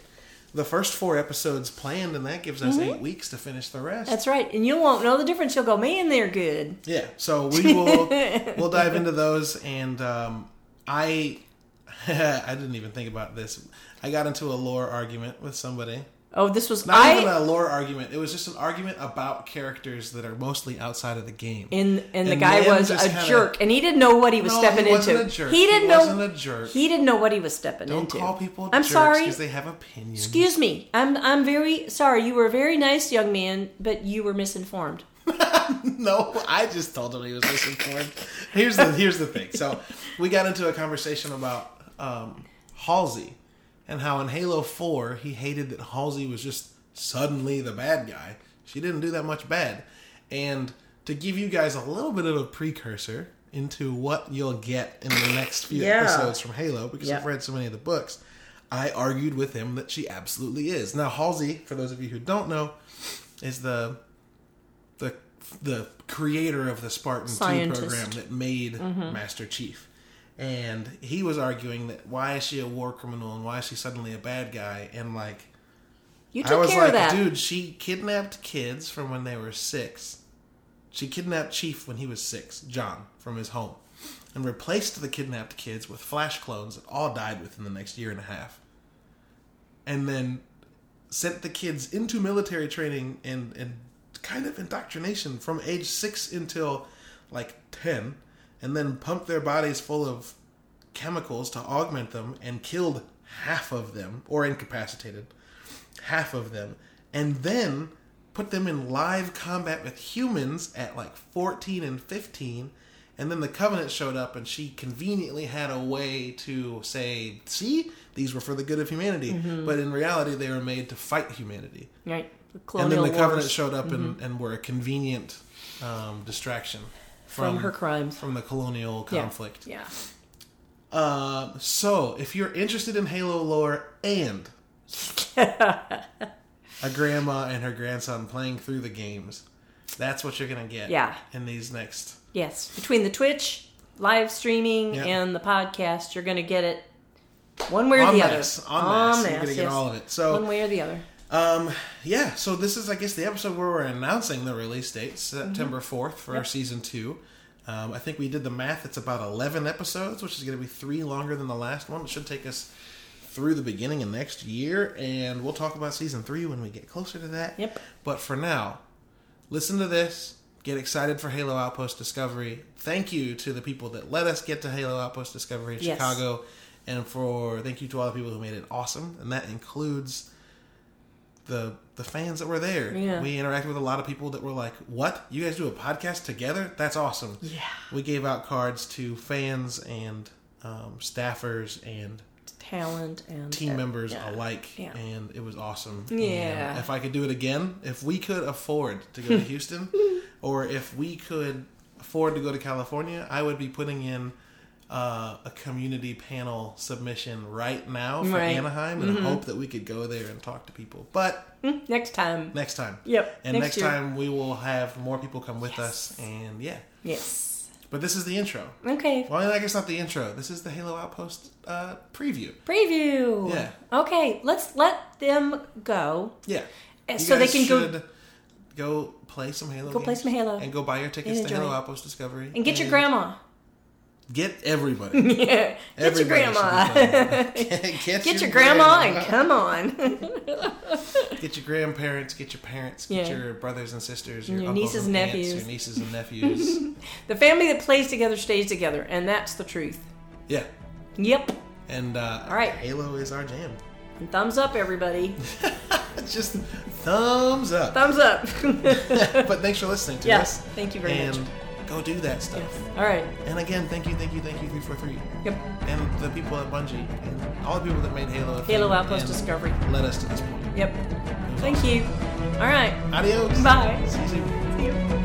the first four episodes planned, and that gives us eight weeks to finish the rest. Mm-hmm. That's right. And you won't know the difference. You'll go, man, they're good. yeah. So we will we'll dive into those, and um, I I didn't even think about this. I got into a lore argument with somebody. Oh, this was Not I even a lore argument. It was just an argument about characters that are mostly outside of the game. and and the And guy Lynn was a just kinda- jerk, and he didn't know what he was No, stepping he wasn't into. a jerk. He didn't He know wasn't a jerk. He didn't know what he was stepping Don't into. call people I'm jerks sorry. because they have opinions. Excuse me. I'm I'm very sorry. You were a very nice young man, but you were misinformed. no, I just told him he was misinformed. here's the here's the thing. So we got into a conversation about um, Halsey and how in Halo Four he hated that Halsey was just suddenly the bad guy. She didn't do that much bad. And to give you guys a little bit of a precursor into what you'll get in the next few Yeah. episodes from Halo, because Yeah. I've read so many of the books, I argued with him that she absolutely is. Now Halsey, for those of you who don't know, is the the the creator of the Spartan Scientist. Two program that made Master Chief, and he was arguing that why is she a war criminal and why is she suddenly a bad guy and like You I took was care like, of that. dude, she kidnapped kids from when they were six. She kidnapped Chief when he was six, John, from his home, and replaced the kidnapped kids with Flash clones that all died within the next year and a half. And then sent the kids into military training and, and kind of indoctrination from age six until like 10, and then pumped their bodies full of chemicals to augment them and killed half of them, or incapacitated half of them, and then put them in live combat with humans at like 14 and 15. And then the Covenant showed up, and she conveniently had a way to say, See, these were for the good of humanity. Mm-hmm. But in reality, they were made to fight humanity. Right. The And then colonial the Covenant wars showed up and, mm-hmm. and were a convenient um, distraction from her crimes. from the colonial Yeah. conflict. Yeah. Uh, so, if you're interested in Halo lore and a grandma and her grandson playing through the games, that's what you're gonna get. Yeah. In these next, Yes. Between the Twitch, live streaming, Yeah. and the podcast, you're going to get it one way or en the masse, en masse, other. you're En gonna masse, get yes. all of it. So, One way or the other. um, yeah. So this is, I guess, the episode where we're announcing the release date, September 4th for season two. Um, I think we did the math. It's about 11 episodes, which is gonna be three longer than the last one. It should take us through the beginning of next year, and we'll talk about season three when we get closer to that. Yep. But for now, listen to this. Get excited for Halo Outpost Discovery. Thank you to the people that let us get to Halo Outpost Discovery in Yes. Chicago. And for thank you to all the people who made it awesome. And that includes the the fans that were there. Yeah. We interacted with a lot of people that were like, What? You guys do a podcast together? That's awesome. Yeah. We gave out cards to fans and um, staffers and Talent and uh, team members yeah. alike, Yeah. and it was awesome. Yeah. And if I could do it again, if we could afford to go to Houston, or if we could afford to go to California, I would be putting in uh, a community panel submission right now for Right. Mm-hmm. Anaheim, and hope that we could go there and talk to people. But Mm, Next time. next time, Yep. and next, time we will have more people come with us, and yeah. Yes. But this is the intro. Okay. Well, I guess not the intro. This is the Halo Outpost uh, preview. Preview. Yeah. Okay. Let's let them go. Yeah. Uh, You so they guys can go should go play some Halo. Go play games some Halo. and go buy your tickets And to Halo enjoy it. Outpost Discovery and get your grandma. Get everybody. Yeah. Get your Everybody grandma. should be playing Halo. get, Get your grandma grandma. and come on. Get your grandparents. Get your parents. Get Yeah. your brothers and sisters. Your, your uncles nieces and and aunts, nephews. Your nieces and nephews. the family that plays together stays together, and that's the truth. yeah. Yep. And uh, All right. Halo is our jam. And thumbs up, everybody. Just thumbs up. Thumbs up. but thanks for listening to yes. us. Thank you very and much. go do that stuff. Yes. All right. And again, thank you, thank you, thank you, three four three. Yep. and the people at Bungie, and all the people that made Halo, a Halo thing Outpost and Discovery. led us to this point. Yep. Thank you. All right. Adios. Bye. See you soon. See you.